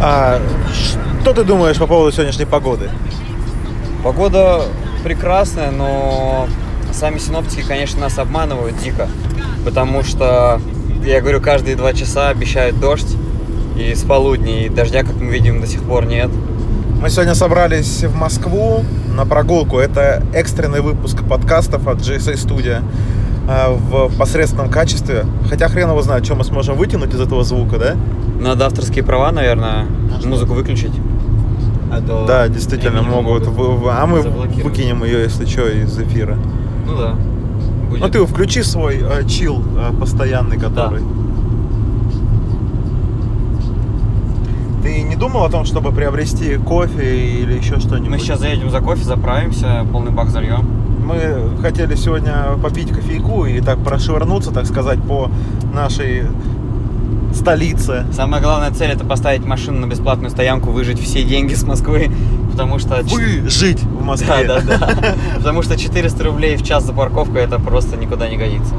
А что ты думаешь по поводу сегодняшней погоды? Погода прекрасная, но сами синоптики, конечно, нас обманывают дико, потому что, я говорю, каждые два часа обещают дождь, и с полудня, и дождя, как мы видим, до сих пор нет. Мы сегодня собрались в Москву на прогулку. Это экстренный выпуск подкастов от GSA Studio э, в посредственном качестве. Хотя хрен его знает, что мы сможем вытянуть из этого звука, да? Надо авторские права, наверное, музыку выключить. А то Да, действительно они не могут. Вы- вы- А мы заблокировать. выкинем ее, если что, из эфира. Ну да. Ну Будет. ты включи свой э, чил э, постоянный, который. Ты не думал о том, чтобы приобрести кофе или еще что-нибудь? Мы сейчас заедем за кофе, заправимся, полный бак зальем. Мы хотели сегодня попить кофейку и так прошвырнуться, так сказать, по нашей столице. Самая главная цель это поставить машину на бесплатную стоянку, выжить все деньги с Москвы, потому что... ч- Вы жить в Москве. Да, да, да. Потому что 400 рублей в час за парковку это просто никуда не годится.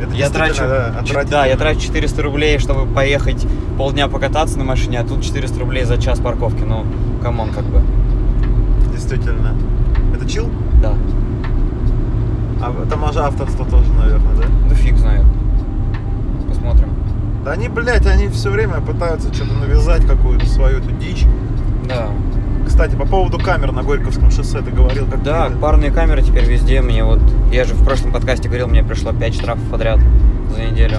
Это Я действительно, трачу, да, чет- да, я отвратительно. трачу 400 рублей, чтобы поехать полдня покататься на машине, а тут 400 рублей за час парковки. Ну, камон, как бы. Действительно. Это чил? Да. А там же авторство тоже, наверное, да? Ну фиг знает. Посмотрим. Да они, блядь, они все время пытаются что-то навязать, какую-то свою эту дичь. Да. Кстати, по поводу камер на Горьковском шоссе ты говорил, как Да, ты- парные камеры теперь везде. Мне вот. Я же в прошлом подкасте говорил, мне пришло 5 штрафов подряд за неделю.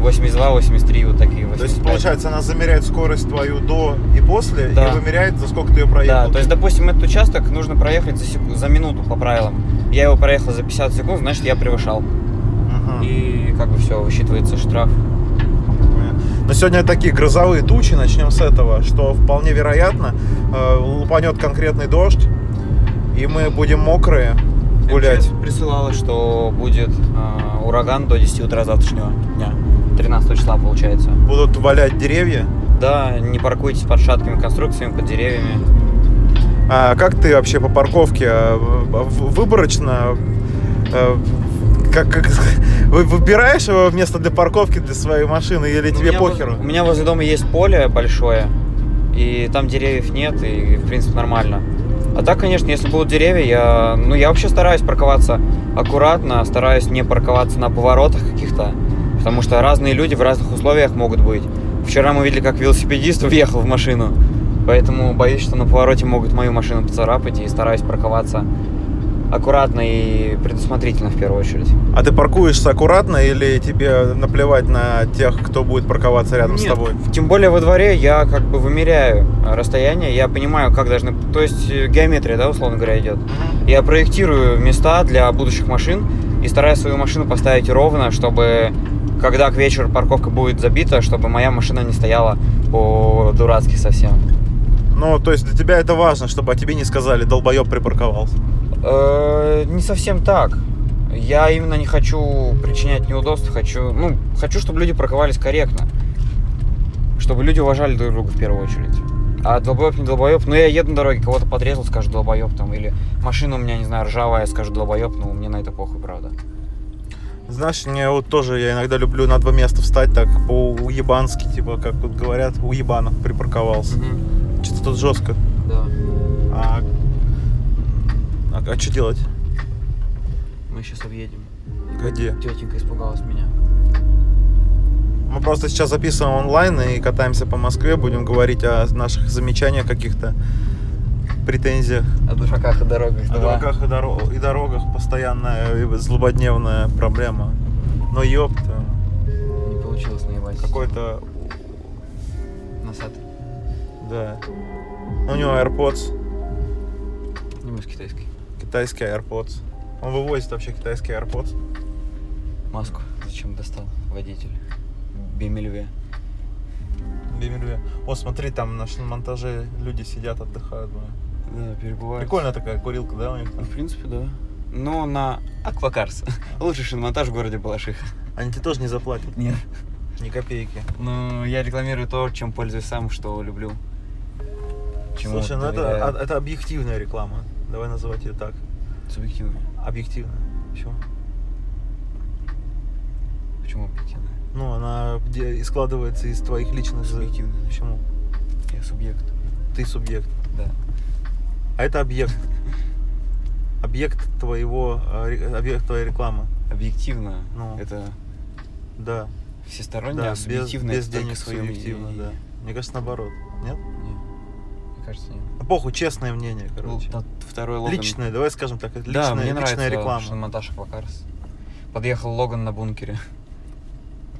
82, 83, вот такие. 85. То есть, получается, она замеряет скорость твою до и после, Да. и вымеряет, за сколько ты ее Да, проехал. то есть, допустим, этот участок нужно проехать за, секу- за минуту по правилам. Я его проехал за 50 секунд, значит, я превышал. Мгм. И как бы все, высчитывается штраф. Но сегодня такие грозовые тучи, начнем с этого, что вполне вероятно э, лупанет конкретный дождь, и мы будем мокрые гулять. МЧС присылала, что будет э, ураган до 10 утра завтрашнего дня. 13 числа получается. Будут валять деревья. Да, не паркуйтесь под шаткими конструкциями, под деревьями. А как ты вообще по парковке э, в- выборочно э, как, как вы- выбираешь его место для парковки для своей машины или Ну, у тебе меня воз- похеру? у меня возле дома есть поле большое, и там деревьев нет, и в принципе нормально. А так, конечно, если будут деревья, я, ну, я вообще стараюсь парковаться аккуратно, стараюсь не парковаться на поворотах каких-то, потому что разные люди в разных условиях могут быть. Вчера мы видели, как велосипедист въехал в машину, поэтому боюсь, что на повороте могут мою машину поцарапать, и стараюсь парковаться аккуратно и предусмотрительно в первую очередь. А ты паркуешься аккуратно или тебе наплевать на тех, кто будет парковаться рядом с Нет, тобой? Тем более во дворе я как бы вымеряю э, расстояние, я понимаю, как должны... То есть э, геометрия, да, условно говоря, идет. Я проектирую места для будущих машин и стараюсь свою машину поставить ровно, чтобы когда к вечеру парковка будет забита, чтобы моя машина не стояла по-дурацки совсем. Ну, то есть для тебя это важно, чтобы о тебе не сказали, долбоеб припарковался. Э, не совсем так. Я именно не хочу причинять неудобства, хочу, ну, хочу, чтобы люди парковались корректно. Чтобы люди уважали друг друга в первую очередь. А долбоеб не долбоеб, ну я еду на дороге, кого-то подрезал, скажу долбоеб там, или машина у меня, не знаю, ржавая, скажу долбоеб, ну мне на это похуй, правда. Знаешь, мне вот тоже, я иногда люблю на два места встать так по-уебански, типа, как вот говорят, уебанов припарковался. Что-то тут жестко. Да. А, а, что делать? Мы сейчас объедем. Где? Тетенька испугалась меня. Мы просто сейчас записываем онлайн и катаемся по Москве, будем говорить о наших замечаниях каких-то, претензиях. О дураках и дорогах. О два. дураках и, доро- и дорогах постоянная и злободневная проблема. Ну ёб твою мать. Не получилось наебать. Какой-то, Носатый. да. Ну, У него AirPods, Не мы с китайской. китайский AirPods. Он вывозит вообще китайский AirPods. Маску зачем достал водитель? Бемельве. BMW. О, смотри, там на шн- монтаже люди сидят, отдыхают. блин. Да, перебывает. Прикольная такая курилка, да, у них там? В принципе, да. Но Ну, на Аквакарс. Лучший шиномонтаж в городе Балашиха. Они тебе тоже не заплатят. Нет. Ни копейки. Ну, я рекламирую то, чем пользуюсь сам, что люблю. Чему Слушай, ну это, доверяю. а- это объективная реклама. Давай называть ее так. Субъективно. Объективная. Почему? Почему объективно? Ну, она где- и складывается из твоих личных... за- Субъективно. Почему? Я субъект. Ты субъект. Да. А это объект. Объект твоего, э, ре- объект твоей рекламы. Объективно. Ну. Это Да. всесторонне, да а без, субъективно без это только денег свое субъективно, мнение. да. Мне кажется, наоборот. Нет? Не. Мне кажется, нет. Ну, похуй, честное мнение, короче. Ну, тот второй Логан. Личное, давай скажем так, это да, личная, мне личная нравится, реклама. что Наташа Пакарс. Подъехал Логан на бункере.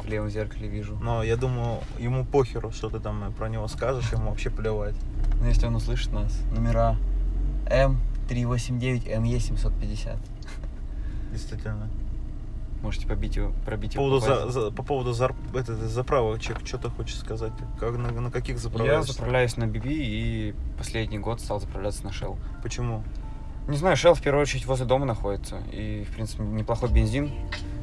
В левом зеркале вижу. Но я думаю, ему похеру, что ты там про него скажешь, ему вообще плевать. Ну, если он услышит нас. Номера М389НЕ750. Действительно. Можете побить его, пробить По его. поводу, за, попасть. за- по поводу зар- это- заправок, человек, что ты хочешь сказать? Как, на, на каких Я заправляешь? заправляюсь на BB и последний год стал заправляться на Shell. Почему? Не знаю, Shell в первую очередь возле дома находится. И, в принципе, неплохой бензин,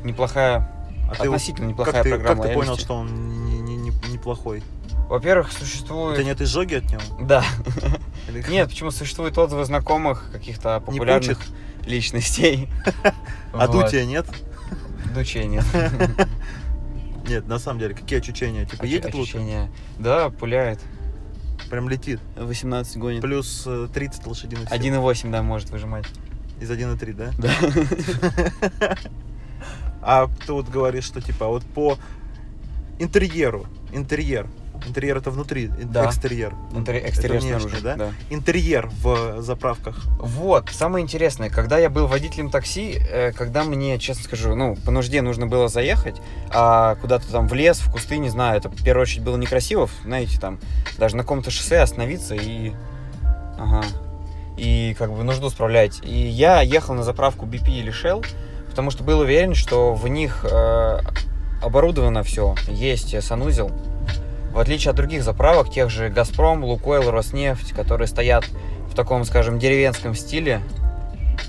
неплохая, А ты вот- относительно неплохая как ты, программа как ты понял, лояльности. что он не- не- не- неплохой? Во-первых, Это существует... нет изжоги от него? Да. Или- Нет, почему существуют отзывы знакомых каких-то Не популярных пучит? личностей. А Вот. дутия нет? Дучей нет. Нет, на самом деле, какие очучения? Типа Оче- едет лучше? ощущение. Да, пуляет. Прям летит. 18 гонит. Плюс э, 30 лошадиных сил. 1,8, да, может выжимать. Из 1,3, да? Да. А ты вот говоришь, что типа вот по интерьеру, интерьер, интерьер это внутри, ин- Да. экстерьер. Это Экстерьер внешний, снаружи, да? да. Интерьер в заправках. Вот, самое интересное, когда я был водителем такси, э, когда мне, честно скажу, ну, по нужде нужно было заехать, а куда-то там в лес, в кусты, не знаю, это в первую очередь было некрасиво, знаете, там, даже на каком-то шоссе остановиться и... Ага. И как бы нужду справлять. И я ехал на заправку BP или Shell, потому что был уверен, что в них э, оборудовано все, есть э, санузел. В отличие от других заправок, тех же «Газпром», «Лукойл», «Роснефть», которые стоят в таком, скажем, деревенском стиле,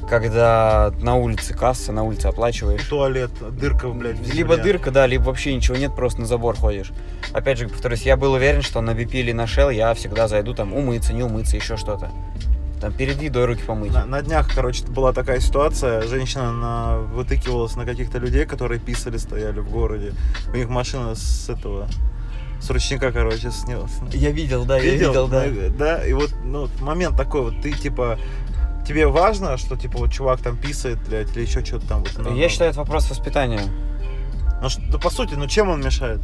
когда на улице касса, на улице оплачиваешь. Туалет, дырка, блядь. в Либо земле. дырка, да, либо вообще ничего нет, просто на забор ходишь. Опять же, повторюсь, я был уверен, что на BP или на Shell я всегда зайду там умыться, не умыться, еще что-то. Там перед едой руки помыть. На, на днях, короче, была такая ситуация. Женщина на, вытыкивалась на каких-то людей, которые писали, стояли в городе. У них машина с этого, с ручника, короче, снялась. Я видел, да, Ну, Да, и вот ну, момент такой, вот ты типа тебе важно, что типа вот чувак там писает, блядь, или еще что-то там. Вот, ну, Я ну. считаю, это вопрос воспитания. Ну, что- да по сути, ну чем он мешает?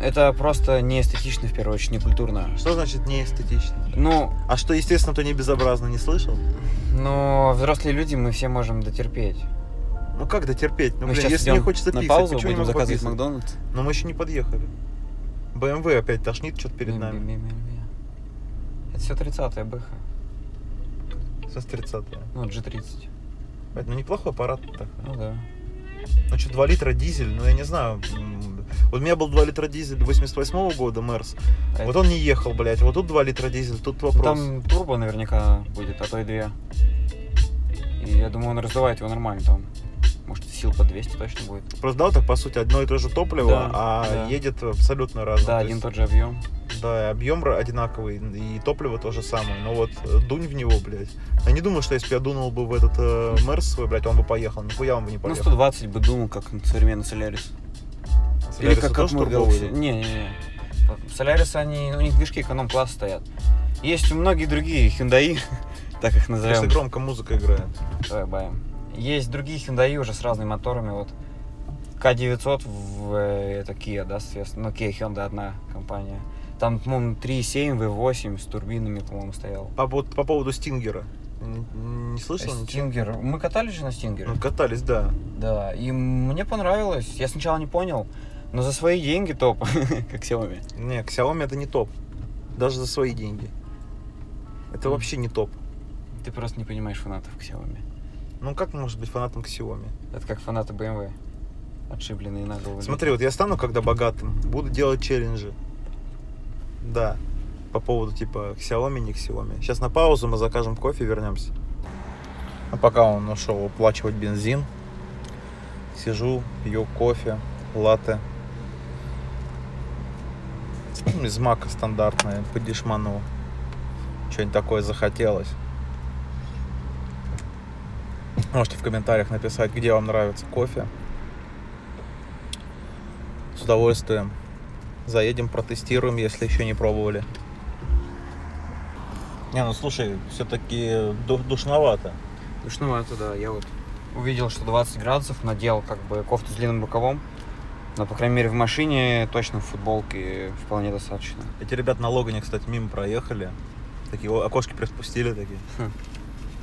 Это просто неэстетично, в первую очередь, не культурно. Что значит неэстетично? Ну, А что, естественно, то не безобразно не слышал? но взрослые люди мы все можем дотерпеть. Ну как дотерпеть? Ну, мы блин, сейчас если идем мне хочется на писать, паузу, почему я не будем могу заказывать пописать? Макдональдс. Но мы еще не подъехали. БМВ опять тошнит что-то перед нами. Ми-ми-ми-ми. Это все 30-е БХ. Со 30 Ну, G30. Ну неплохой аппарат так. Ну да. Ну что, 2 литра дизель, ну я не знаю. м, Вот у меня был 2 литра дизель 88 года, Мерс. А Вот это- он не ехал, блядь. Вот тут 2 литра дизель, тут вопрос. Там турбо наверняка будет, а то и две. И я думаю, он раздувает его нормально там. Может, сил по 200 точно будет. Просто да, так по сути одно и то же топливо, Да, а да. едет абсолютно разное. да, То один есть, тот же объем. Ну, Да, объем одинаковый, и топливо то же самое. Но вот э, дунь в него, блядь. Я не думаю, что если бы я дунул бы в этот э, Мерс свой, блядь, он бы поехал. Нихуя он бы не Ну, поехал. 120 бы думал, как современный Солярис. Или Солярисы как, как тоже мы турбовые? Не-не-не. Солярисы, они, у них движки эконом-класса стоят. Есть и многие другие, Hyundai, так их Если назовем. громко музыка играет. Давай баем. Есть другие Hyundai уже с разными моторами, вот К900, в, э, это Kia, да, соответственно, но Kia Hyundai одна компания. Там, по-моему, 3.7, V8 с турбинами, по-моему, стоял. По, поводу- по поводу Стингера. Н- Не слышал ничего? Стингер. Мы катались же на Стингере. Ну, катались, да. Да, и мне понравилось. Я сначала не понял, но за свои деньги топ, как Xiaomi. Не, Xiaomi это не топ. Даже за свои деньги. Это Мгм. вообще не топ. Ты просто не понимаешь фанатов Xiaomi. Ну как может быть фанатом Xiaomi? Это как фанаты BMW. Отшибленные на голову. Смотри, вот я стану когда богатым, буду делать челленджи. Да. По поводу типа Xiaomi, не Xiaomi. Сейчас на паузу мы закажем кофе, вернемся. А пока он нашел оплачивать бензин, сижу, пью кофе, латте. Ну, Из мака стандартное, по дешману. Что-нибудь такое захотелось. Можете в комментариях написать, где вам нравится кофе. С удовольствием. Заедем, протестируем, если еще не пробовали. Не, ну слушай, все-таки душновато. Душновато, да. Я вот увидел, что 20 градусов, надел как бы кофту с длинным рукавом. Но, по крайней мере, в машине точно в футболке вполне достаточно. Эти ребят на Логане, кстати, мимо проехали. Такие о- окошки приспустили такие. Хм.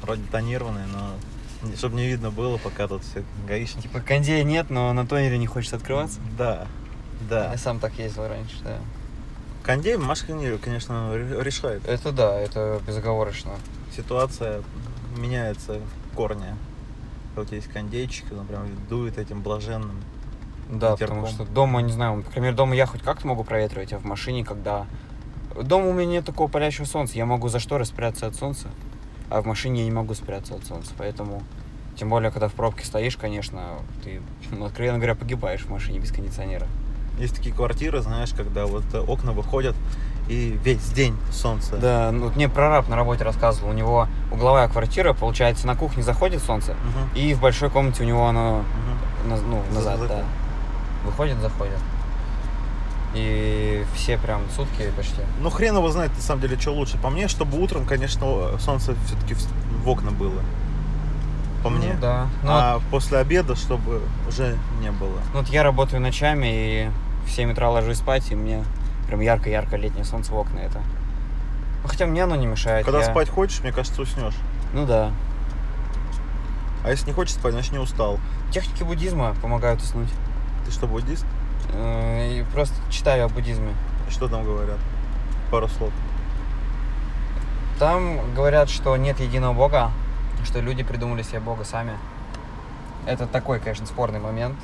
Вроде тонированные, но чтобы не видно было, пока тут все гаишники. Типа кондея нет, но на тонере не хочется открываться. Да, да. Я сам так ездил раньше, да. Кондей в машине, конечно, ре- решает. Это да, это безоговорочно. Ситуация меняется в корне. Когда у тебя есть кондейчик, он прям дует этим блаженным. Да, потому Ветерком. что дома, не знаю, например, дома я хоть как-то могу проветривать, а в машине, когда... Дома у меня нет такого палящего солнца, я могу за шторы спрятаться от солнца, а в машине я не могу спрятаться от солнца, поэтому... Тем более, когда в пробке стоишь, конечно, ты, ну, откровенно говоря, погибаешь в машине без кондиционера. Есть такие квартиры, знаешь, когда вот э, окна выходят и весь день солнце. Да, ну, вот мне прораб на работе рассказывал, у него угловая квартира, получается, на кухне заходит солнце, Мгм, и в большой комнате у него оно мгм. Наз- ну, За- назад, закрыл. да. Выходит, заходит. И все прям сутки почти. Ну, хрен его знает, на самом деле, что лучше. По мне, чтобы утром, конечно, солнце все-таки в окна было. По мне. Ну, да. Ну, вот, А после обеда, чтобы уже не было. ну, вот я работаю ночами и в 7 утра ложусь спать, и мне прям ярко-ярко летнее солнце в окна это. Ну, Хотя мне оно не мешает. Когда я- спать хочешь, мне кажется, уснешь. Ну да. А если не хочешь спать, значит, не устал. Техники буддизма помогают уснуть. Ты что, буддист? Э, И просто читаю о буддизме. Что там говорят? Пару слов. Там говорят, что нет единого бога, что люди придумали себе бога сами. Это такой, конечно, спорный момент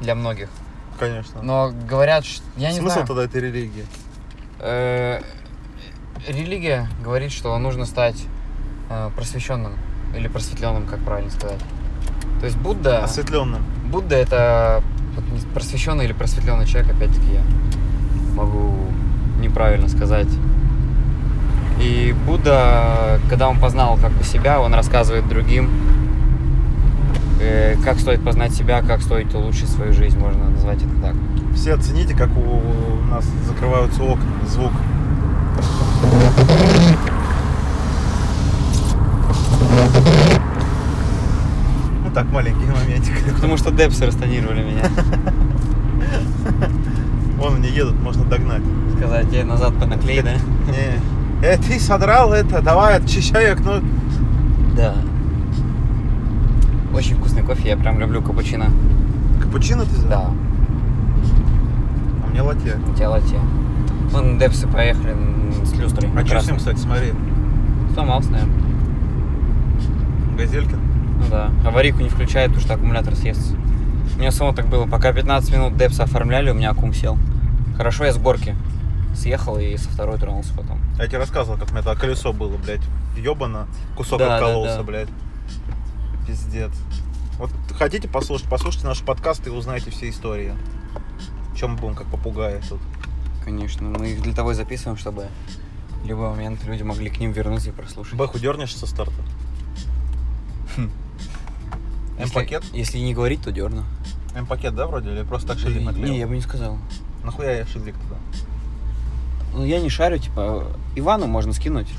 для многих. Конечно. Но говорят, ш- Ну, я не Смысл знаю. тогда этой религии? Э, религия говорит, что нужно стать э, просвещенным или просветленным, как правильно сказать. То есть Будда, А Осветленным. Будда это вот не- просвещенный или просветленный человек, опять-таки я могу неправильно сказать. И Будда, когда он познал как бы себя, он рассказывает другим, э, как стоит познать себя, как стоит улучшить свою жизнь, можно назвать это так. Все оцените, как у нас закрываются окна, звук. Ну так, маленький моментик. Потому что депсы растонировали меня. Вон они едут, можно догнать. Сказать, я назад понаклей, да? Не. Э, ты содрал это, давай, очищай окно. Да. Очень вкусный кофе, я прям люблю капучино. Капучино ты за- А Да, мне латте. у тебя латте. Вон депсы поехали м, с А что люстрой. с ним, Красной. кстати, смотри, Сломался, наверное. Газелькин? Ну да. Аварийку не включает, потому что аккумулятор съест. У меня само так было. Пока 15 минут депсы оформляли, у меня аккум сел. Хорошо, я с горки съехал и со второй тронулся потом. Я тебе рассказывал, как у меня это колесо было, блядь, въебано, кусок Да, да, откололся, да. блядь. Пиздец. Вот хотите послушать, послушайте наш подкаст и узнаете все истории. Чем мы будем как попугаи тут. Конечно, мы их для того и записываем, чтобы в любой момент люди могли к ним вернуться и прослушать. Бэху дернешь со старта? Хм. Если- М-пакет? Если не говорить, то дерну. М-пакет, да, вроде? Или просто так шильдик наклеил? Не, я бы не сказал. Нахуя я шильдик туда? Ну, я не шарю, типа, Ивану можно скинуть.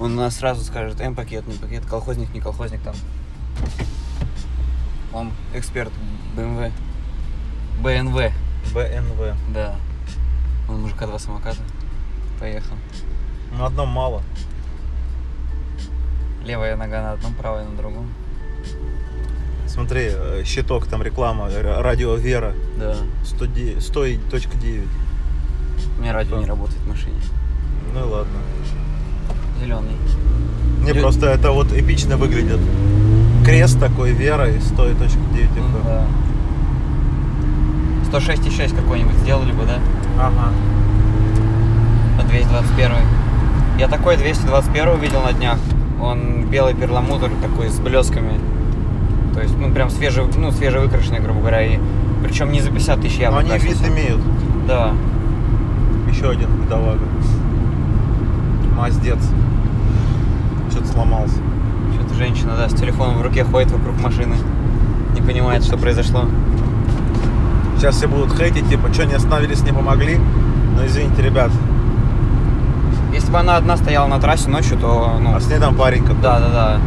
Он нас сразу скажет, М пакет, не пакет, колхозник, не колхозник там. Он эксперт БМВ. БНВ, БНВ. да. Он мужика два самоката. Поехал. Ну, На одном мало. Левая нога на одном, правая на другом. Смотри, э, щиток, там реклама, р- радио Вера, Да. 100, 100.9. У меня радио не Да. работает в машине. Ну и ладно. Зеленый. Мне Лю- просто это вот эпично выглядит. Крест такой верой, 100.9 FM. Да. 106,6 какой-нибудь сделали бы, да? Ага. А 221. Я такой 221 видел на днях. Он белый перламутр такой с блесками. То есть, ну, прям свеже, ну, свежевыкрашенный, грубо говоря. И причем не за 50 тысяч Но явно. они вид красился. имеют. Да. Еще один бедолага. Маздец. Что-то сломался. Что-то женщина, да, с телефоном в руке ходит вокруг машины. Не понимает, что произошло. Сейчас все будут хейтить, типа, что не остановились, не помогли. Но извините, ребят, Если бы она одна стояла на трассе ночью, то, ну, А следом парень как да, да, да.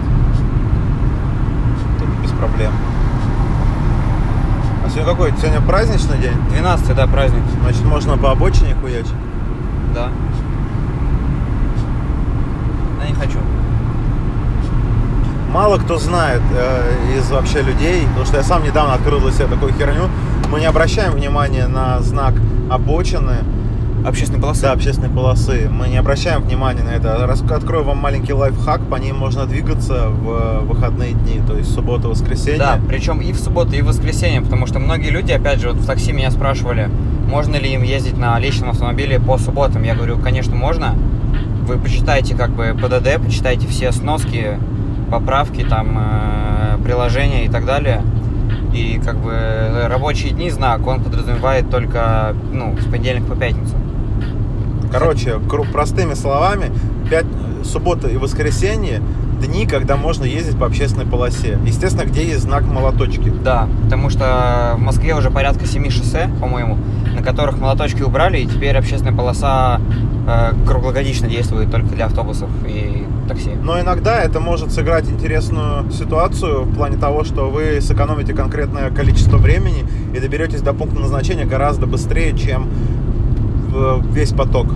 без проблем. А сегодня какой? Сегодня праздничный день? 12 да, праздник, Значит, можно по обочине хуячить. да. Я не хочу. Мало кто знает э, из вообще людей, потому что я сам недавно открыл для себя такую херню. Мы не обращаем внимания на знак обочины, Общественный полосы? да, общественной полосы. Мы не обращаем внимания на это. Рас- Открою вам маленький лайфхак. По ней можно двигаться в выходные дни, то есть суббота, воскресенье. Да, причем и в субботу, и в воскресенье, потому что многие люди, опять же, вот в такси меня спрашивали, можно ли им ездить на личном автомобиле по субботам. Я говорю, конечно, можно. Вы почитайте как бы ПДД, почитайте все сноски, поправки, там, э, приложения и так далее. И как бы э, рабочие дни знак, он подразумевает только, ну, с понедельника по пятницу. Короче, кру- простыми словами, пять, суббота и воскресенье дни, когда можно ездить по общественной полосе. Естественно, где есть знак молоточки. Да, потому что в Москве уже порядка семи шоссе, по-моему, на которых молоточки убрали, и теперь общественная полоса э, круглогодично действует только для автобусов и такси. Но иногда это может сыграть интересную ситуацию в плане того, что вы сэкономите конкретное количество времени и доберетесь до пункта назначения гораздо быстрее, чем э, весь поток.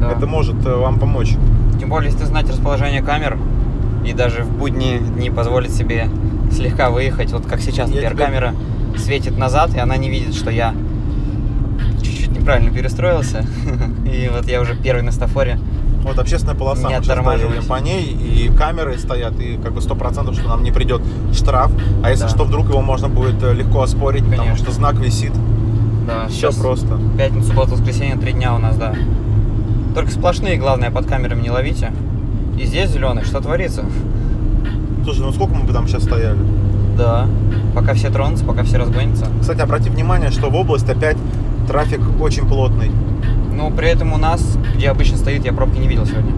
Да. Это может э, вам помочь. Тем более, если знать расположение камер, и даже в будние дни позволить себе слегка выехать, вот как сейчас, Я например, тебя- камера светит назад, и она не видит, что я чуть-чуть неправильно перестроился, и вот я уже первый на стафоре. Вот общественная полоса, Не мы сейчас оттормаживайся. доедем по ней, и камеры стоят, и как бы сто процентов, что нам не придет штраф. А если Да. что, вдруг его можно будет э, легко оспорить, потому Конечно. что знак висит. Да, Все просто. Пятница, суббота, воскресенье, три дня у нас, да. Только сплошные, главное, под камерами не ловите. И здесь зеленый, что творится? Слушай, ну сколько мы бы там сейчас стояли? Да. Пока все тронутся, пока все разгонятся. Кстати, обрати внимание, что в область опять трафик очень плотный. Но Ну, при этом у нас, где обычно стоит, я пробки не видел сегодня.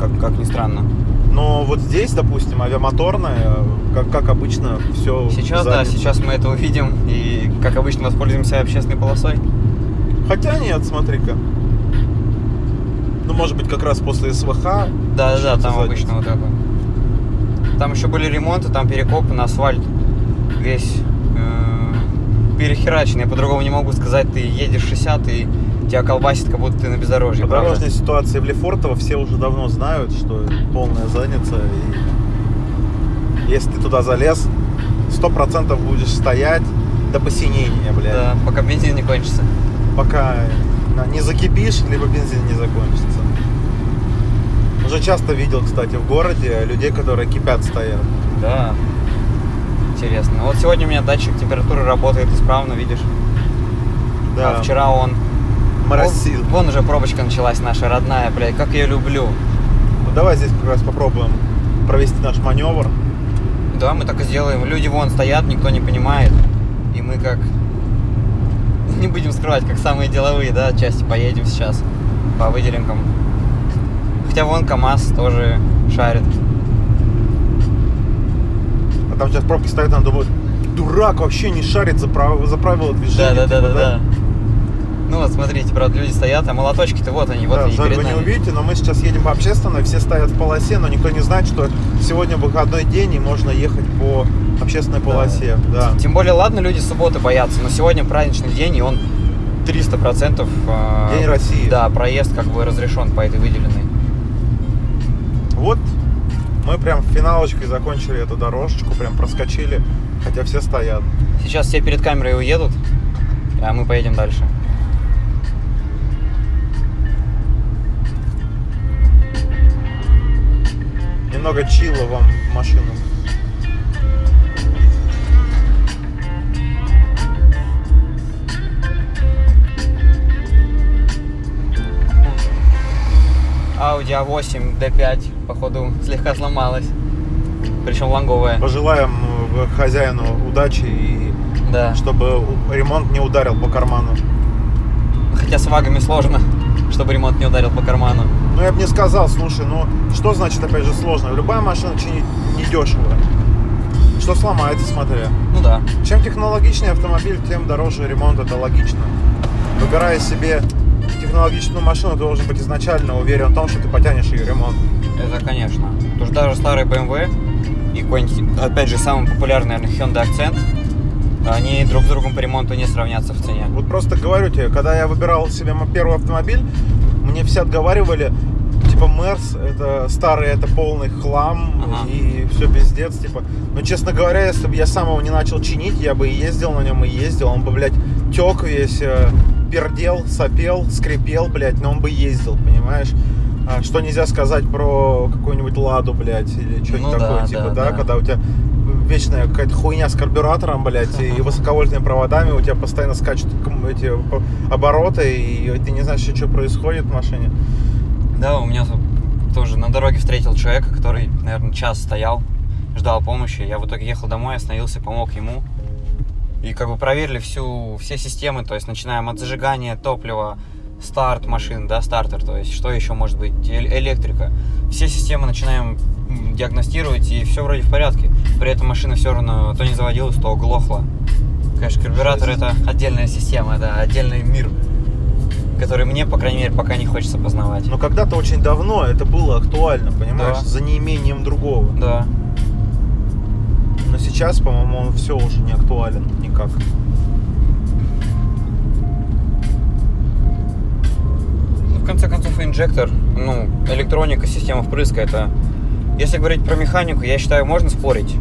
Как, как ни странно. Но вот здесь, допустим, авиамоторная, как, как обычно, все... Сейчас, да, сейчас мы это увидим и, как обычно, воспользуемся общественной полосой. Хотя нет, смотри-ка. Ну, может быть, как раз после СВХ. Да, да, да, там Задница. обычно вот это. Там еще были ремонты, там перекопы на асфальт весь э, перехераченный. Я по-другому не могу сказать, ты едешь 60 и тебя колбасит, как будто ты на бездорожье. правда. Подорожная ситуация в Лефортово все уже давно знают, что полная задница. И если ты туда залез, сто процентов будешь стоять до посинения, блядь. Да, пока бензин не кончится. пока на- не закипишь, либо бензин не закончится. Уже часто видел, кстати, в городе людей, которые кипят стоят. Да. Интересно. Вот сегодня у меня датчик температуры работает исправно, видишь. Да, А вчера он... моросил. Вон, вон уже пробочка началась наша родная, блядь, как я ее люблю. Ну, давай здесь как раз попробуем провести наш маневр. Да, мы так и сделаем. Люди вон стоят, никто не понимает. И мы как... Не будем скрывать, как самые деловые, да, части поедем сейчас по выделенкам. Хотя вон КАМАЗ тоже шарит. А там сейчас пробки стоят, надо будет дурак вообще не шарит за, прав- за правила движения. Да, да, да, типа, да, да. Ну вот смотрите, правда, люди стоят, а молоточки-то вот они, вот Да, они жаль, перед вы не нами. увидите, но мы сейчас едем по общественной, все стоят в полосе, но никто не знает, что сегодня выходной день и можно ехать по общественной полосе. Да. Тем более, ладно, люди субботы боятся, но сегодня праздничный день, и он 300% э, День России. Да, проезд как бы разрешен по этой выделенной. Вот мы прям финалочкой закончили эту дорожечку, прям проскочили, хотя все стоят. Сейчас все перед камерой уедут, а мы поедем дальше. Немного чила вам в машину. Audi A8 D5, походу, слегка сломалась. Причем лонговая. Пожелаем э, хозяину удачи и Да. чтобы у- ремонт не ударил по карману. Хотя с вагами сложно, чтобы ремонт не ударил по карману. Ну, я бы не сказал, слушай, ну, что значит, опять же, сложно? Любая машина чинить недешево. Что сломается, смотря. Ну да. Чем технологичнее автомобиль, тем дороже ремонт, это логично. Выбирая себе тех- технологичную машину, ты должен быть изначально уверен в том, что ты потянешь ее ремонт. Это, конечно. Потому что даже старые BMW и какой-нибудь, опять же, самый популярный, наверное, Hyundai Accent, они друг с другом по ремонту не сравнятся в цене. Вот просто говорю тебе, когда я выбирал себе мо- первый автомобиль, мне все отговаривали, типа, Мерс, это старый, это полный хлам Ага. и все пиздец, типа. Но, честно говоря, если бы я сам его не начал чинить, я бы и ездил на нем, и ездил. Он бы, блядь, тек весь, э, пердел, сопел, скрипел, блядь, но он бы ездил, понимаешь? А Что нельзя сказать про какую-нибудь ладу, блядь, или что-нибудь Ну такое, да, типа, да, да, да. когда у тебя вечная какая-то хуйня с карбюратором, блядь, и высоковольтными проводами, у тебя постоянно скачут ком- эти по- обороты, и ты не знаешь, что происходит в машине. Да, у меня тут тоже на дороге встретил человека, который, наверное, час стоял, ждал помощи. Я в итоге ехал домой, остановился, помог ему. И как бы проверили всю, все системы, то есть начинаем от зажигания, топлива, старт машин, да, стартер, то есть что еще может быть, Э- электрика. Все системы начинаем м, диагностировать, и все вроде в порядке. При этом машина все равно то не заводилась, то глохла. Конечно, карбюратор это отдельная система, да, отдельный мир, который мне, по крайней мере, пока не хочется познавать. Но когда-то очень давно это было актуально, понимаешь, Да. за неимением другого. Да. Но сейчас, по-моему, он все уже не актуален никак. Ну, в конце концов, инжектор, ну, электроника, система впрыска, это... Если говорить про механику, я считаю, можно спорить.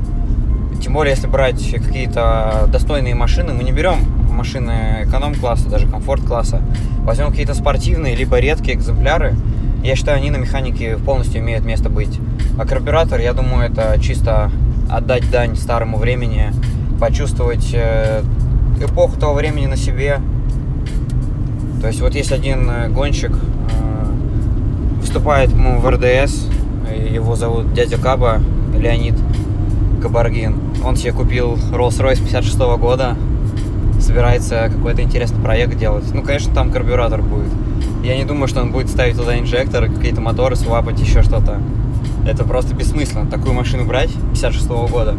Тем более, если брать какие-то достойные машины, мы не берем машины эконом-класса, даже комфорт-класса. Возьмем какие-то спортивные, либо редкие экземпляры. Я считаю, они на механике полностью имеют место быть. А карбюратор, я думаю, это чисто отдать дань старому времени, почувствовать э, эпоху того времени на себе, то есть вот есть один э, гонщик, э, вступает ему в РДС, э, его зовут дядя Каба, Леонид Кабаргин. Он себе купил Rolls-Royce 56 года, собирается какой-то интересный проект делать. Ну, конечно, там карбюратор будет. Я не думаю, что он будет ставить туда инжектор, какие-то моторы свапать, еще что-то. Это просто бессмысленно. Такую машину брать 56 года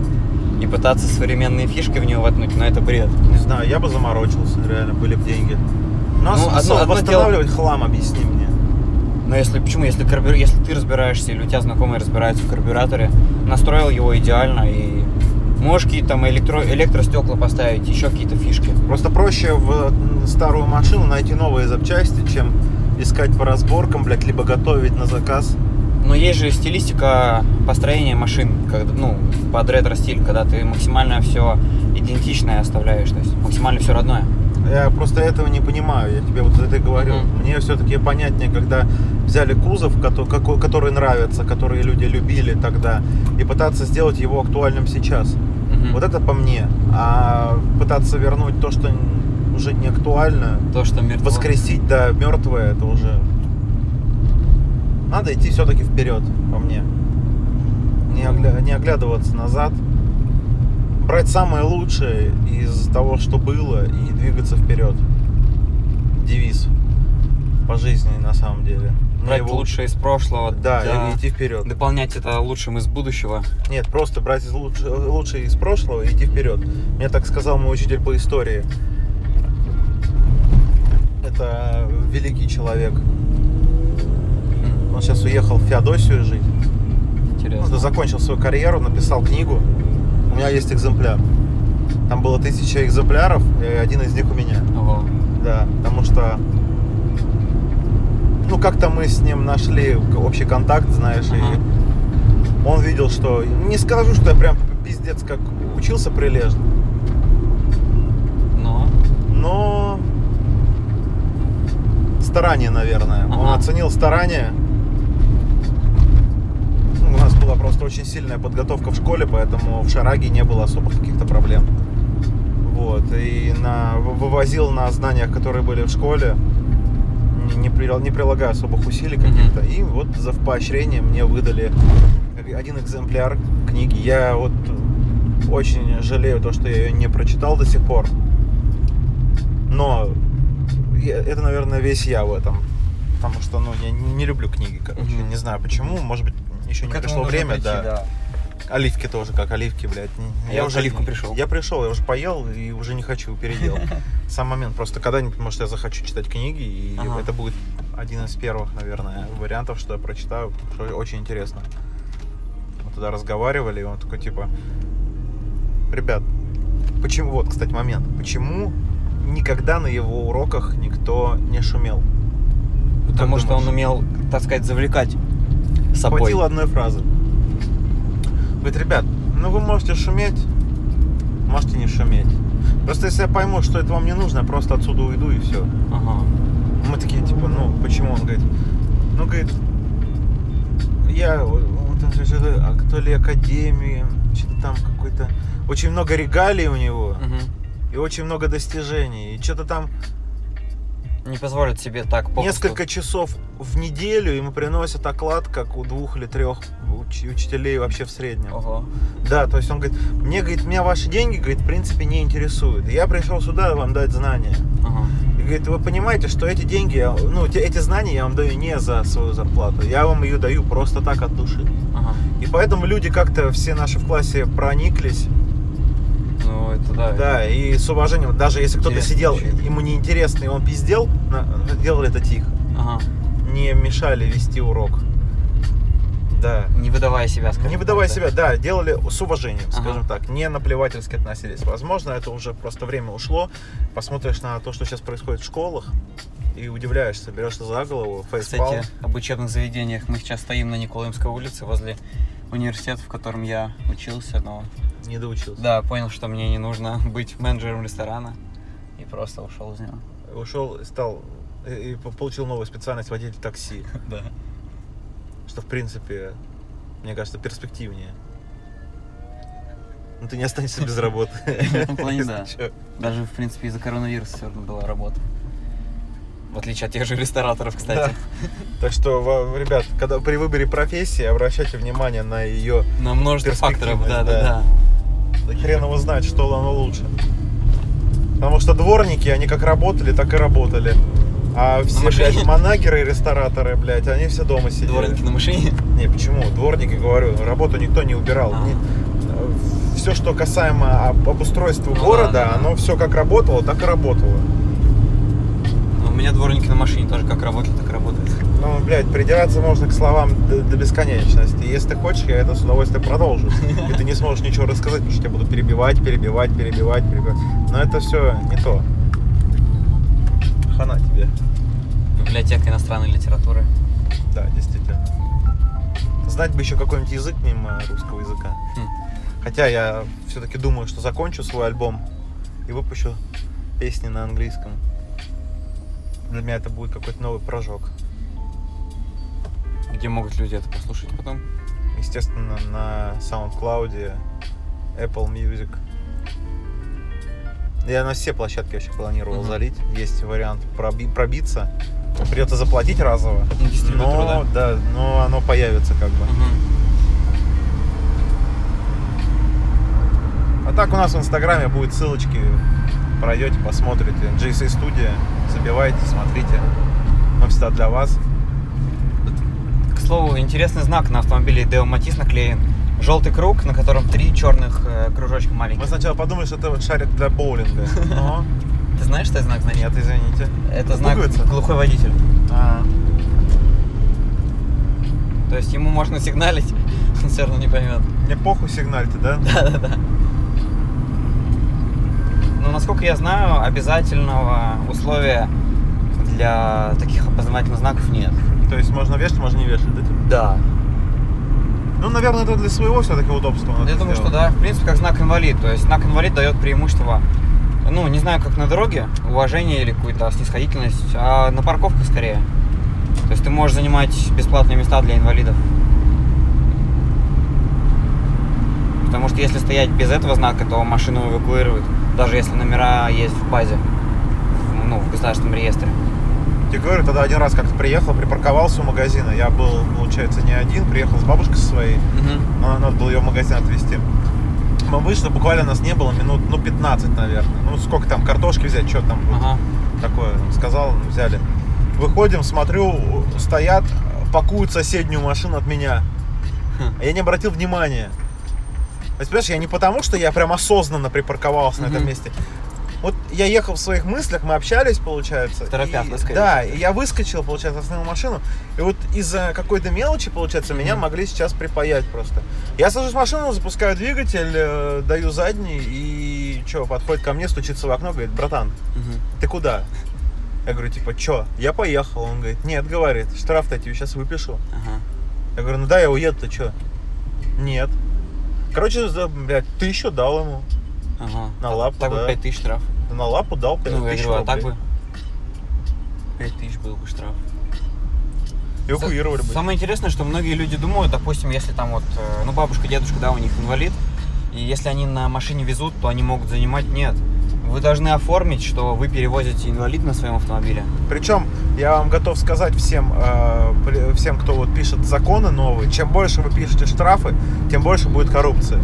и пытаться современные фишки в нее воткнуть, но это бред. Не знаю, я бы заморочился, реально, были бы деньги. Но Ну, смысл одно- одно восстанавливать хлам, объясни мне. Но если почему, если карбю- если ты разбираешься или у тебя знакомый разбирается в карбюраторе, настроил его идеально и можешь какие-то там электро... электростекла поставить, еще какие-то фишки. Просто проще в м, старую машину найти новые запчасти, чем искать по разборкам, блядь, либо готовить на заказ. Но есть же стилистика построения машин, когда, ну, под ретро-стиль, когда ты максимально все идентичное оставляешь, то есть максимально все родное. Я просто этого не понимаю, я тебе вот это и говорю. Мгм. Мне все-таки понятнее, когда взяли кузов, кото- како- который нравится, который люди любили тогда, и пытаться сделать его актуальным сейчас. Мгм. Вот это по мне. А пытаться вернуть то, что н- уже не актуально, То, что мертво. воскресить, да, мертвое, это уже... Надо идти все-таки вперед, по мне. Не, огля- не оглядываться назад. Брать самое лучшее из того, что было, и двигаться вперед. Девиз по жизни, на самом деле. Мне Брать его- лучшее из прошлого. Да, и идти вперед. Дополнять это лучшим из будущего. Нет, просто брать из луч- лучшее из прошлого и идти вперед. Мне так сказал мой учитель по истории. Это великий человек. М, Он сейчас уехал в Феодосию жить. Ну, Интересно. да, закончил свою карьеру, написал книгу. У меня есть экземпляр. Там было тысяча экземпляров, и один из них у меня. Ого. Ну Да, потому что... Ну, как-то мы с ним нашли к- общий контакт, знаешь, Ага. и он видел, что... Не скажу, что я прям пиздец как учился прилежно, Но. но старание, наверное. Он Ага. оценил старание. Ну, У нас была просто очень сильная подготовка в школе, поэтому в Шараге не было особых каких-то проблем. Вот, и на, вы- вывозил на знаниях, которые были в школе, не- не, прил- не прилагая особых усилий Мгм. каких-то. И вот за в поощрение мне выдали один экземпляр книги. Я вот очень жалею то, что я ее не прочитал до сих пор. Но я- это, наверное, весь я в этом. Потому что, ну, я не, не люблю книги, короче. Мгм. Не знаю почему. Может быть, еще не К этому пришло нужно время, прийти, да. Оливки тоже, как оливки, блядь. Не- А я вот к оливкам пришел. Я пришел, я уже поел и уже не хочу, переел. Сам момент, просто когда-нибудь, может, я захочу читать книги, и Ага. это будет один из первых, наверное, вариантов, что я прочитаю, что очень интересно. Мы тогда разговаривали, и он такой, типа, ребят, почему, вот, кстати, момент, почему никогда на его уроках никто не шумел? Потому Как что он думаешь? умел, так сказать, завлекать собой. Хватило одной фразы. Говорит, ребят, ну вы можете шуметь, можете не шуметь. Просто если я пойму, что это вам не нужно, я просто отсюда уйду и все. Ага. Мы такие, типа, ну почему? Он говорит, ну, говорит, я, вот он там что-то, а то ли академии, что-то там какой-то... Очень много регалий у него, Мгм. и очень много достижений, и что-то там Не позволит себе так попусту. несколько часов в неделю ему приносят оклад, как у двух или трех уч- учителей вообще в среднем. Ого. Да, то есть он говорит, мне, говорит, меня ваши деньги, говорит, в принципе, не интересуют. Я пришел сюда вам дать знания. Ага. И говорит, вы понимаете, что эти деньги, я- ну, те- эти знания я вам даю не за свою зарплату. Я вам ее даю просто так от души. Ага. И поэтому люди как-то все наши в классе прониклись. Ну, это да. Да, и с уважением, даже если кто-то Интересно сидел, очень. ему неинтересно, и он пиздел, на- делали это тихо. Ага. Не мешали вести урок. Да. Не выдавая себя, скажем Не так, выдавая да. себя, да, делали с уважением, Ага. скажем так, не наплевательски относились. Возможно, это уже просто время ушло. Посмотришь на то, что сейчас происходит в школах, и удивляешься, берешься за голову, фейспал. Кстати, об учебных заведениях. Мы сейчас стоим на Николаемской улице возле университета, в котором я учился, но не доучился. да, понял, что мне не нужно быть менеджером ресторана и просто ушел из него. Ушел и стал, и, и по- получил новую специальность водитель такси, Да. что, в принципе, мне кажется, перспективнее. Ну, ты не останешься без работы. В этом плане, да. Если чё. Даже, в принципе, из-за коронавируса все равно была работа. В отличие от тех же рестораторов, кстати. Так что, во- ребят, когда при выборе профессии обращайте внимание на ее На множество факторов, да, да, да. Да Хрен его знает, что оно лучше. Потому что дворники, они как работали, так и работали. А все, машине? блядь, манагеры и рестораторы, блядь, они все дома сидели. Дворники на машине. Не, почему? Дворники, говорю, работу никто не убирал. А. все, что касаемо об- обустройства Ну города, да, да. оно все как работало, так и работало. Ну, У меня дворники на машине тоже как работали, так и работают. Ну, блядь, придираться можно к словам до, до бесконечности. Если ты хочешь, я это с удовольствием продолжу. И ты не сможешь ничего рассказать, потому что тебя будут перебивать, перебивать, перебивать, перебивать. Но это все не то. Хана тебе. Библиотека иностранной литературы. Да, действительно. Знать бы еще какой-нибудь язык мимо русского языка. Хм. Хотя я все-таки думаю, что закончу свой альбом и выпущу песни на английском. Для меня это будет какой-то новый прыжок. Где могут люди это послушать потом? естественно, на SoundCloud, Apple Music. Я на все площадки вообще планировал Мгм. залить. Есть вариант проби- пробиться. Придется заплатить разово. Ну, дистрибьютору, но, да. но оно появится как бы. Мгм. А так у нас в Инстаграме будут ссылочки. Пройдете, посмотрите. JC Studio. Забивайте, смотрите. Мы всегда для вас. К слову, интересный знак на автомобиле Deo Matisse наклеен. Желтый круг, на котором три черных э, кружочка Мы маленьких. сначала подумали, что это вот шарик для боулинга. Но Ты знаешь, что это знак значит? нет, извините. Это знак пуговица? глухой водитель. А. То есть ему можно сигналить, он все равно не поймет. Мне похуй сигналь да? Да-да-да. Но насколько я знаю, обязательного условия для таких опознавательных знаков нет. То есть можно вешать, можно не вешать, да? типа? Да. Ну, наверное, это для своего все-таки удобства. надо Я думаю, что сделать. да. В принципе, как знак инвалид. То есть знак инвалид дает преимущество, ну, не знаю, как на дороге, уважение или какую-то снисходительность, а на парковках скорее. То есть ты можешь занимать бесплатные места для инвалидов. Потому что если стоять без этого знака, то машину эвакуируют, даже если номера есть в базе, ну, в государственном реестре. Я говорю, тогда один раз как-то приехал, припарковался у магазина. Я был, получается, не один, приехал с бабушкой со своей, но надо было ее в магазин отвезти. Мы вышли, буквально нас не было минут, ну, 15, наверное. Ну, сколько там, картошки взять, что там вот Ага. такое, сказал, взяли. Выходим, смотрю, стоят, пакуют соседнюю машину от меня. Хм. А Я не обратил внимания. То есть, понимаешь, я не потому, что я прям осознанно припарковался на этом Мгм. месте. Вот я ехал в своих мыслях, мы общались, получается. В торопях, и- да, скорее Да, и я выскочил, получается, остановил машину. И вот из-за какой-то мелочи, получается, меня Мгм. могли сейчас припаять просто. Я сажусь в машину, запускаю двигатель, э, даю задний, и что, подходит ко мне, стучится в окно, говорит, братан, ты куда? Я говорю, типа, чё? Я поехал. Он говорит, нет, говорит, штраф-то я тебе сейчас выпишу. Ага. Я говорю, ну да, я уеду-то что? Нет. Короче, за, блядь, тысячу дал ему. Ага. На лапу, Так бы да. 5 тысяч штраф. На лапу дал пять Ну, я тысяч говорю, а так рублей. бы 5 тысяч был бы штраф. Эвакуировали бы. Самое интересное, что многие люди думают, допустим, если там вот, э, ну, бабушка, дедушка, да, у них инвалид, и если они на машине везут, то они могут занимать. Нет. Вы должны оформить, что вы перевозите инвалида на своем автомобиле. Причем, я вам готов сказать всем, э, при- всем, кто вот пишет законы новые, чем больше вы пишете штрафы, тем больше будет коррупция.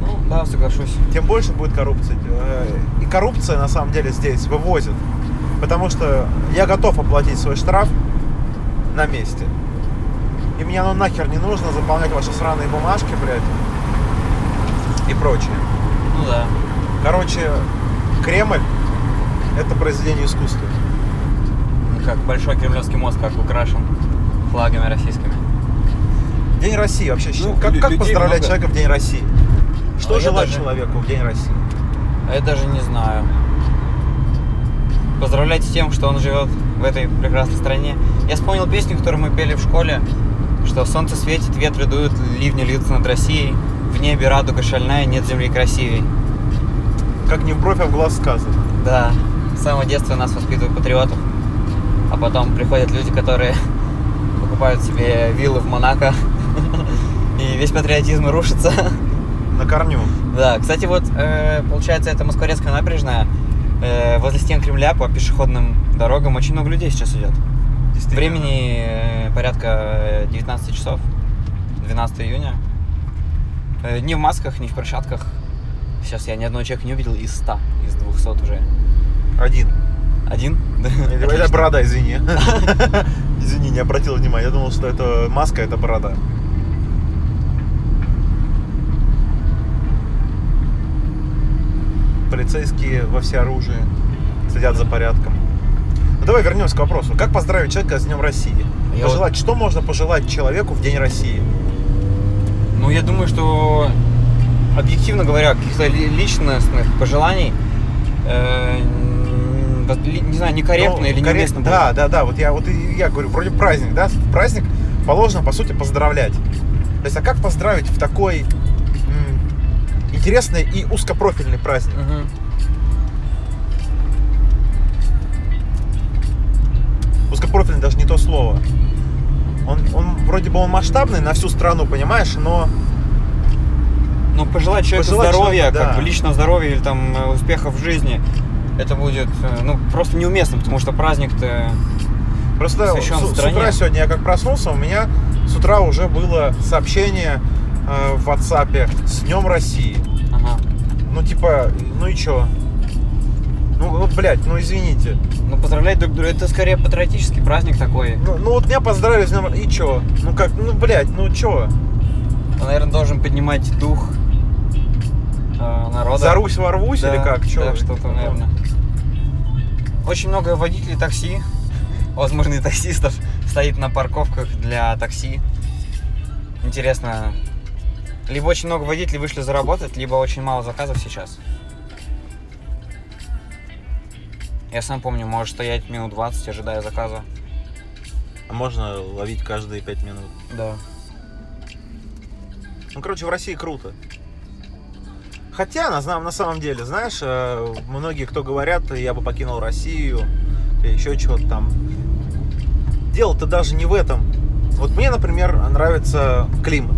Ну, да, соглашусь. Тем больше будет коррупции. Э, И коррупция, на самом деле, здесь вывозит. Потому что я готов оплатить свой штраф на месте. И мне оно нахер не нужно заполнять ваши сраные бумажки, блядь, и прочее. Ну да. Короче, Кремль это произведение искусства. Ну как, большой кремлевский мост как украшен флагами российскими. День России вообще. Ну, как лю- как людей поздравлять много. человека в День России? Что А я желать даже- человеку в День России? А я даже не знаю. Поздравляйте с тем, что он живет в этой прекрасной стране. Я вспомнил песню, которую мы пели в школе, что солнце светит, ветры дуют, ливни льются над Россией, в небе радуга шальная, нет земли красивей. Как не в бровь, а в глаз сказано. Да, с самого детства нас воспитывают патриотов, а потом приходят люди, которые покупают себе виллы в Монако, и весь патриотизм рушится. На корню. Да, кстати, вот э, получается, это Москворецкая набережная. Э, возле стен Кремля по пешеходным дорогам очень много людей сейчас идет. Действительно. Времени э, порядка э, 19 часов, 12 июня. Э, ни в масках, ни в перчатках. Сейчас я ни одного человека не увидел из 100, из 200 уже. Один. Один? Да, Это отлично. борода, извини. Извини, не обратил внимания. Я думал, что это маска, это борода. Полицейские во всеоружии следят за порядком. Ну, давай вернемся к вопросу. Как поздравить человека с Днем России? Я вот- Пожелать, что можно пожелать человеку в День России? Ну, я думаю, что, объективно говоря, каких-то ли- личностных пожеланий, э, м, вот ли- не знаю, некорректно Ну, или коррект- неуместно будет. Да, да, да. Вот я вот и я говорю, вроде праздник, да? В праздник положено, по сути, поздравлять. То есть, а как поздравить в такой м, интересный и узкопрофильный праздник? Мгм. Узкопрофильный даже не то слово. Он, он вроде бы он масштабный на всю страну, понимаешь, но Ну, пожелать человеку Пожелать здоровья, человеку, как да. бы личного здоровья или там э, успехов в жизни, это будет, э, ну, просто неуместно, потому что праздник-то... просто с, Посвящен с стране. утра сегодня я как проснулся, у меня с утра уже было сообщение э, в WhatsApp с Днем России. Ага. Ну типа, ну и чё? Ну, вот, блядь, ну извините. Ну, поздравлять друг друга, это скорее патриотический праздник такой. Ну, ну вот меня поздравили с днем Ро- и чё? Ну как, ну блядь, ну чё? Он, наверное, должен поднимать дух э, народа. За Русь ворвусь Да, или как? Чё? Ну, да, что-то, наверное. Очень много водителей такси, возможно, и таксистов, стоит на парковках для такси. Интересно, либо очень много водителей вышли заработать, либо очень мало заказов сейчас. Я сам помню, может стоять минут 20, ожидая заказа. а Можно ловить каждые пять минут. Да. Ну, короче, в России круто. Хотя, на, зна- на самом деле, знаешь, э, многие, кто говорят, я бы покинул Россию, или еще чего-то там. Дело-то даже не в этом. Вот мне, например, нравится климат.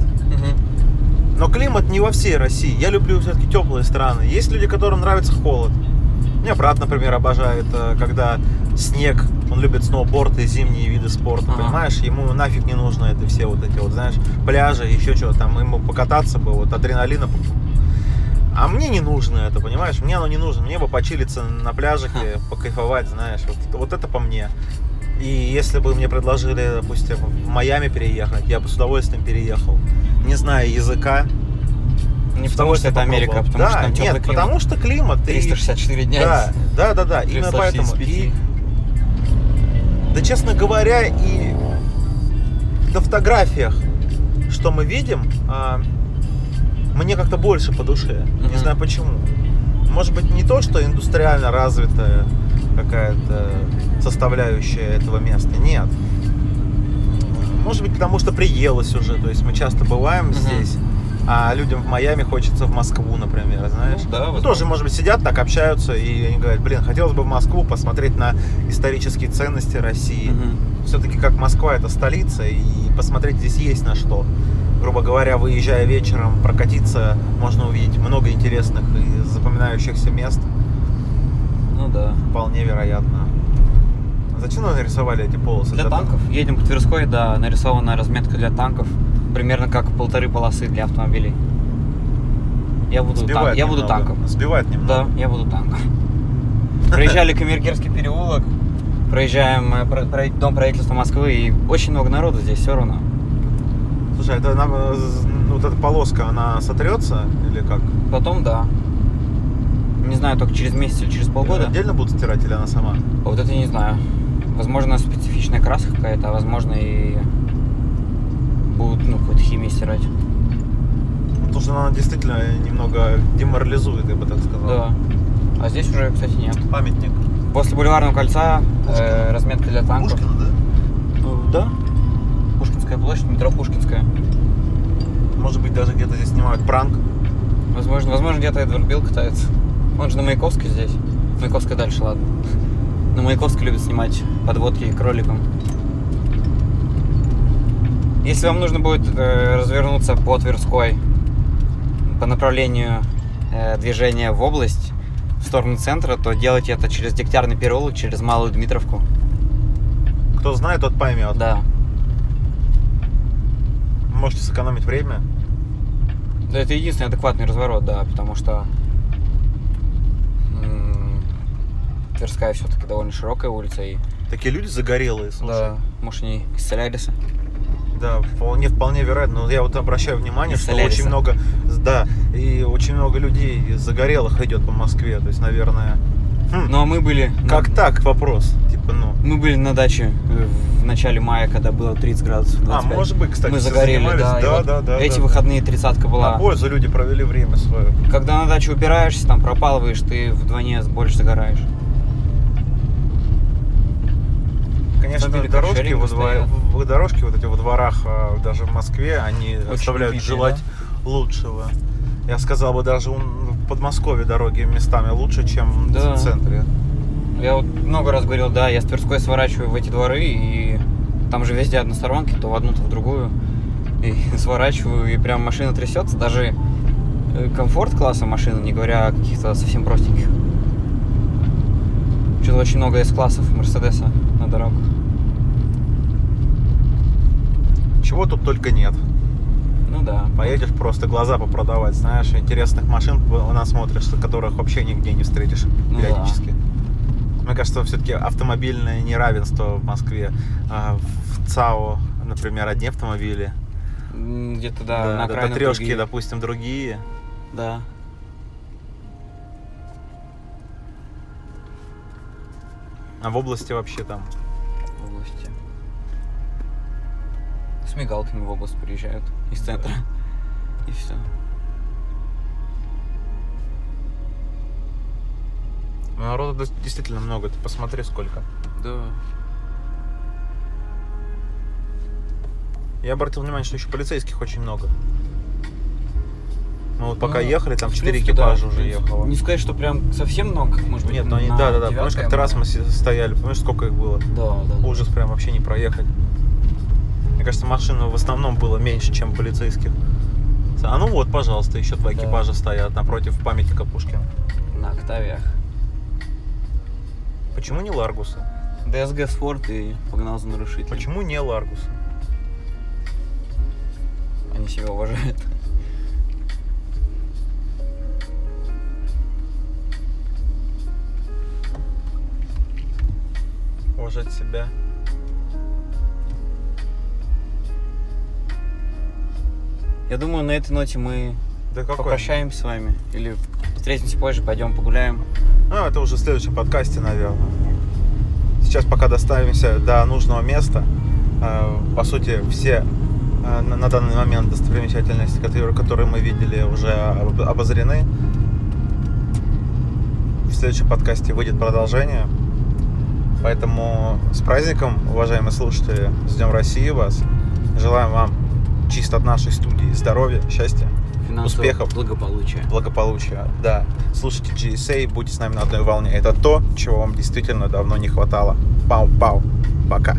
Но климат не во всей России. Я люблю все-таки теплые страны. Есть люди, которым нравится холод. У меня брат, например, обожает, э, когда снег, он любит сноуборд и зимние виды спорта, Ага. понимаешь? Ему нафиг не нужно это все вот эти вот, знаешь, пляжи, еще чего там, ему покататься бы, вот адреналина. п- А мне не нужно это, понимаешь? Мне оно не нужно. Мне бы почилиться на пляжах и покайфовать, знаешь, вот, вот это по мне. И если бы мне предложили, допустим, в Майами переехать, я бы с удовольствием переехал. Не зная языка, Ну, Не потому что это Америка, а потому да, что там нет, теплый климат. потому что климат. и- 364 дня. Да, из да, да, да, именно поэтому. 365. И, да, честно говоря, и на фотографиях, что мы видим, а, мне как-то больше по душе. Не Мгм. знаю почему. Может быть, не то, что индустриально развитая какая-то составляющая этого места. Нет. Может быть, потому что приелось уже. То есть мы часто бываем Мгм. здесь, а людям в Майами хочется в Москву, например, знаешь. Ну да, Ну, возможно. Тоже, может быть, сидят так, общаются, и они говорят, блин, хотелось бы в Москву посмотреть на исторические ценности России. Мгм. Все-таки как Москва это столица, и посмотреть здесь есть на что. Грубо говоря, выезжая вечером, прокатиться, можно увидеть много интересных и запоминающихся мест, Ну да. вполне вероятно. Зачем вы нарисовали эти полосы? Для танков. Едем по Тверской, да, нарисована разметка для танков. Примерно как полторы полосы для автомобилей. Я буду, тан- Сбивает я буду немного. танком. Сбивает немного. Да, я буду танком. Проезжали Камергерский переулок, проезжаем э, про- про- дом правительства Москвы, и очень много народу здесь все равно. Слушай, это нам, э, з- ну, вот эта полоска, она сотрется или как? Потом, да. Не знаю, только через месяц или через полгода. Отдельно будут стирать или она сама? А Вот это я не знаю. Возможно, специфичная краска какая-то, а возможно и будут, ну, какую-то химию стирать. Потому что она действительно немного деморализует, я бы так сказал. Да. А здесь уже, кстати, нет. Памятник. После бульварного кольца э, разметка для танков. да? Э, Да. Пушкинская площадь, метро Пушкинская. Может быть, даже где-то здесь снимают пранк. Возможно, возможно где-то Эдвард Билл катается. Он же на Маяковской здесь. Маяковская дальше, ладно. На Маяковской любят снимать подводки кроликом. Если вам нужно будет э, развернуться по Тверской, по направлению э, движения в область, в сторону центра, то делайте это через Дегтярный переулок, через Малую Дмитровку. Кто знает, тот поймет. Да. Можете сэкономить время. Да, это единственный адекватный разворот, да, потому что м, Тверская все-таки довольно широкая улица и Такие люди загорелые, слушай. Да, может, они из Соляриса. Да, вполне, вполне вероятно. Но я вот обращаю внимание, Из что Соляриса. очень много, да, и очень много людей из загорелых идет по Москве. То есть, наверное, хм, Ну, а мы были... на- как так вопрос? Типа, ну. Мы были на даче э, в начале мая, когда было 30 градусов, А, 25. может быть, кстати, Мы все загорели, занимались. да. и да, вот да, да. Эти да. А выходные 30 была. На пользу люди провели время свое. Когда на дачу убираешься, там пропалываешь, ты вдвойне больше загораешь. Конечно, Автомобили дорожки, каршеринга во дво- стоят. в- дорожки вот эти во дворах, а, даже в Москве, они оставляют убитые, желать лучшего. Я сказал бы, даже у- в Подмосковье дороги местами лучше, чем Да. в центре. Я вот много раз говорил, да, я с Тверской сворачиваю в эти дворы, и там же везде односторонки, то в одну, то в другую. И сворачиваю, и прям машина трясется, даже э, комфорт класса машины, не говоря о каких-то совсем простеньких. Что-то очень много С-классов Мерседеса на дорогах. Чего тут только нет. Ну да. Поедешь просто глаза попродавать, знаешь, интересных машин у нас смотришь, которых вообще нигде не встретишь Ну периодически. Мне кажется, все-таки автомобильное неравенство в Москве. А, В ЦАО, например, одни автомобили, М, Где-то, да, да, на до окраинах трешки, другие. допустим, другие. Да. А в области вообще там в области. С мигалками в область приезжают из центра. И все. Ну, Народу дос- действительно много, ты посмотри сколько. Да. Я обратил внимание, что еще полицейских очень много. Мы вот пока Ну, ехали, там в 4 принципе, экипажа да, в уже принципе. ехало. Не сказать, что прям совсем много, как может быть. Нет, ну они, на да-да-да, помнишь, девяткой как-то раз мы было. си- стояли, помнишь, сколько их было? Да, да. Ужас, прям вообще не проехать. Мне кажется, машин в основном было меньше, чем полицейских. А ну вот, пожалуйста, еще два Да. экипажа стоят напротив памятника Пушкина. На октавиях. Почему не Ларгуса? ДСГ спорт и погнал за нарушителя. Почему не Ларгуса? Они себя уважают. Уважать себя. Я думаю, на этой ноте мы Да какой? Попрощаемся с вами. Или встретимся позже, пойдем погуляем. Ну, это уже в следующем подкасте, наверное. Сейчас пока доставимся до нужного места. Э, По сути, все э, на на данный момент достопримечательности, которые которые мы видели, уже об- обозрены. В следующем подкасте выйдет продолжение. Поэтому с праздником, уважаемые слушатели, с Днем России вас. Желаем вам чисто от нашей студии здоровья, счастья Финансового Успехов. благополучия. благополучия. Да, слушайте GSA, будьте с нами на одной волне. Это то, чего вам действительно давно не хватало. Пау-пау. Пока.